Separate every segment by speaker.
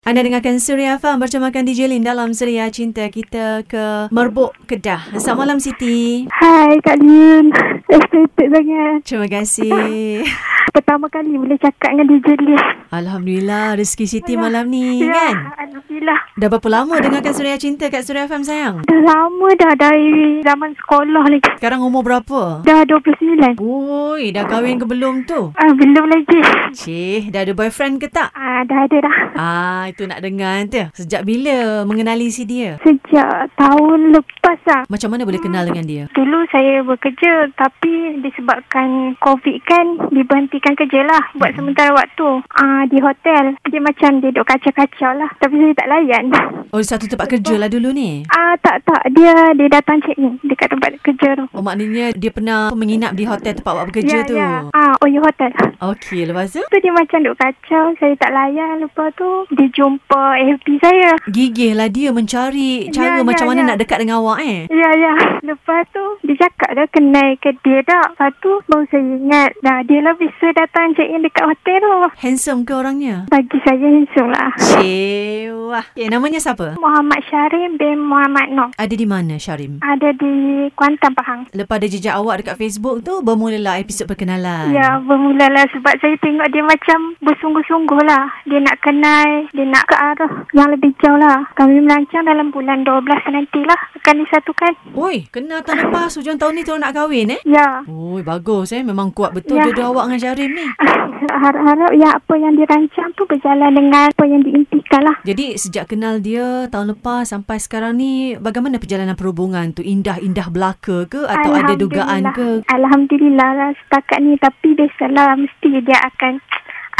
Speaker 1: Anda dengarkan Suria FM bercamakan DJ Lin dalam Suria Cinta kita ke Merbuk Kedah. Selamat malam Siti.
Speaker 2: Hai Kak Lin. Excited sangat.
Speaker 1: Terima kasih.
Speaker 2: Pertama kali boleh cakap dengan DJ Lin.
Speaker 1: Alhamdulillah rezeki Siti malam ni
Speaker 2: Ya,
Speaker 1: kan.
Speaker 2: Alhamdulillah.
Speaker 1: Dah berapa lama dengarkan Suria Cinta kat Suria FM sayang?
Speaker 2: Dah lama dah dari zaman sekolah lagi.
Speaker 1: Sekarang umur berapa?
Speaker 2: Dah 29.
Speaker 1: Ui, dah kahwin ke belum tu?
Speaker 2: Ah, belum lagi.
Speaker 1: Cih, dah ada boyfriend ke tak?
Speaker 2: Ah, dah ada dah.
Speaker 1: Ah, itu nak dengar tu. Sejak bila mengenali si dia?
Speaker 2: Sejak tahun lepas lah.
Speaker 1: Macam mana boleh kenal dengan dia?
Speaker 2: Dulu saya bekerja tapi disebabkan COVID kan diberhentikan kerja lah buat
Speaker 1: Hmm.
Speaker 2: sementara waktu Ah di hotel. Dia macam dia duduk kacau-kacau lah tapi saya tak layan.
Speaker 1: Oh, satu tempat kerja lah dulu ni.
Speaker 2: Ah tak tak dia dia datang check in dekat tempat kerja tu.
Speaker 1: Oh, maknanya dia pernah menginap di hotel tempat awak bekerja tu.
Speaker 2: Ah oh you hotel.
Speaker 1: Okey, lepas tu?
Speaker 2: Tu dia macam duduk kacau, saya tak layan. Lepas tu dia jumpa FB saya.
Speaker 1: Gigihlah lah dia mencari cara
Speaker 2: Ya,
Speaker 1: macam
Speaker 2: ya,
Speaker 1: mana
Speaker 2: ya.
Speaker 1: nak dekat dengan awak eh.
Speaker 2: Ya, ya. Lepas tu, dia cakap dah kenal ke dia tak. Lepas tu, baru saya ingat. Nah, dia lah bisa datang check in dekat hotel tu.
Speaker 1: Handsome ke orangnya?
Speaker 2: Bagi saya handsome lah.
Speaker 1: Cewa. Okay, namanya siapa?
Speaker 2: Muhammad Syarim bin Muhammad Noh.
Speaker 1: Ada di mana Syarim?
Speaker 2: Ada di Kuantan, Pahang.
Speaker 1: Lepas ada jejak awak dekat Facebook tu, bermulalah episod perkenalan.
Speaker 2: Ya, bermulalah sebab saya tengok dia macam bersungguh-sungguh lah. Dia nak kenal, dia nak ke arah yang lebih jauh lah. Kami melancang dalam bulan 12 nantilah. lah Akan disatukan.
Speaker 1: Oi, kenal tahun lepas hujung tahun ni terus nak kahwin eh?
Speaker 2: Ya.
Speaker 1: Oi, bagus eh. Memang kuat betul
Speaker 2: Ya.
Speaker 1: jodoh awak dengan Syarim ni.
Speaker 2: Harap-harap ya apa yang dirancang tu berjalan dengan apa yang diimpikan lah.
Speaker 1: Jadi sejak kenal dia tahun lepas sampai sekarang ni bagaimana perjalanan perhubungan tu indah-indah belaka ke atau ada dugaan ke?
Speaker 2: Alhamdulillah. Alhamdulillah lah setakat ni tapi biasalah mesti dia akan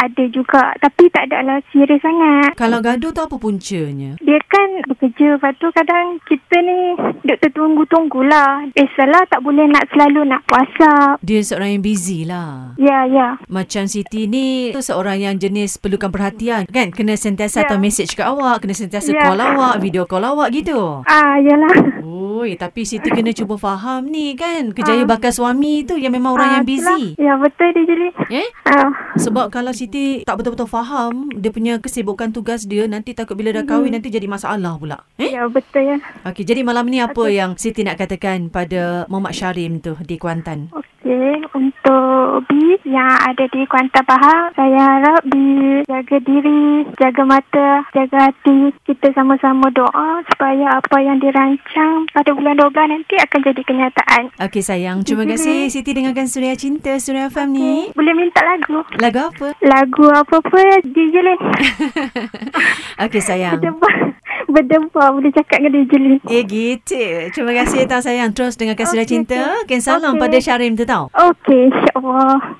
Speaker 2: ada juga tapi tak ada lah serius sangat.
Speaker 1: Kalau gaduh tu apa puncanya?
Speaker 2: Dia kan bekerja Lepas tu kadang kita ni Duk tertunggu-tunggulah Biasalah Eh, tak boleh nak selalu nak whatsapp
Speaker 1: Dia seorang yang busy lah.
Speaker 2: Ya ya
Speaker 1: Macam Siti ni tu seorang yang jenis perlukan perhatian kan? Kena sentiasa yeah.
Speaker 2: Ya.
Speaker 1: atau message kat awak, kena sentiasa yeah.
Speaker 2: Ya.
Speaker 1: call awak, video call awak gitu.
Speaker 2: Ah yalah
Speaker 1: Oi, tapi Siti kena cuba faham ni kan? Kejaya bakal suami tu yang memang orang
Speaker 2: Ah,
Speaker 1: yang busy.
Speaker 2: itulah. Ya betul dia jadi
Speaker 1: Eh?
Speaker 2: ah,
Speaker 1: Sebab kalau Siti tak betul-betul faham dia punya kesibukan tugas dia nanti takut bila dah kahwin nanti jadi masalah pula. Eh?
Speaker 2: Mhm. Ya betul ya
Speaker 1: Okey, jadi malam ni apa okay. yang Siti nak katakan pada Muhammad Syarim tu di Kuantan?
Speaker 2: Okey, untuk B yang ada di Kuantan Pahang, saya harap B jaga diri, jaga mata, jaga hati. Kita sama-sama doa supaya apa yang dirancang pada bulan 12 nanti akan jadi kenyataan.
Speaker 1: Okey sayang, terima kasih Siti dengarkan Suria Cinta Suria FM ni.
Speaker 2: Boleh minta lagu?
Speaker 1: Lagu apa?
Speaker 2: Lagu apa pun lah. DJ Lin.
Speaker 1: Okey sayang.
Speaker 2: Berdebar. Berdebar boleh cakap dengan lah. DJ Lin.
Speaker 1: Eh gitu. Terima kasih tau sayang. Terus dengarkan Suria
Speaker 2: Okey,
Speaker 1: Cinta. Okay.
Speaker 2: okey.
Speaker 1: salam
Speaker 2: Okey.
Speaker 1: pada Syarim tu tau.
Speaker 2: Okey, insyaAllah.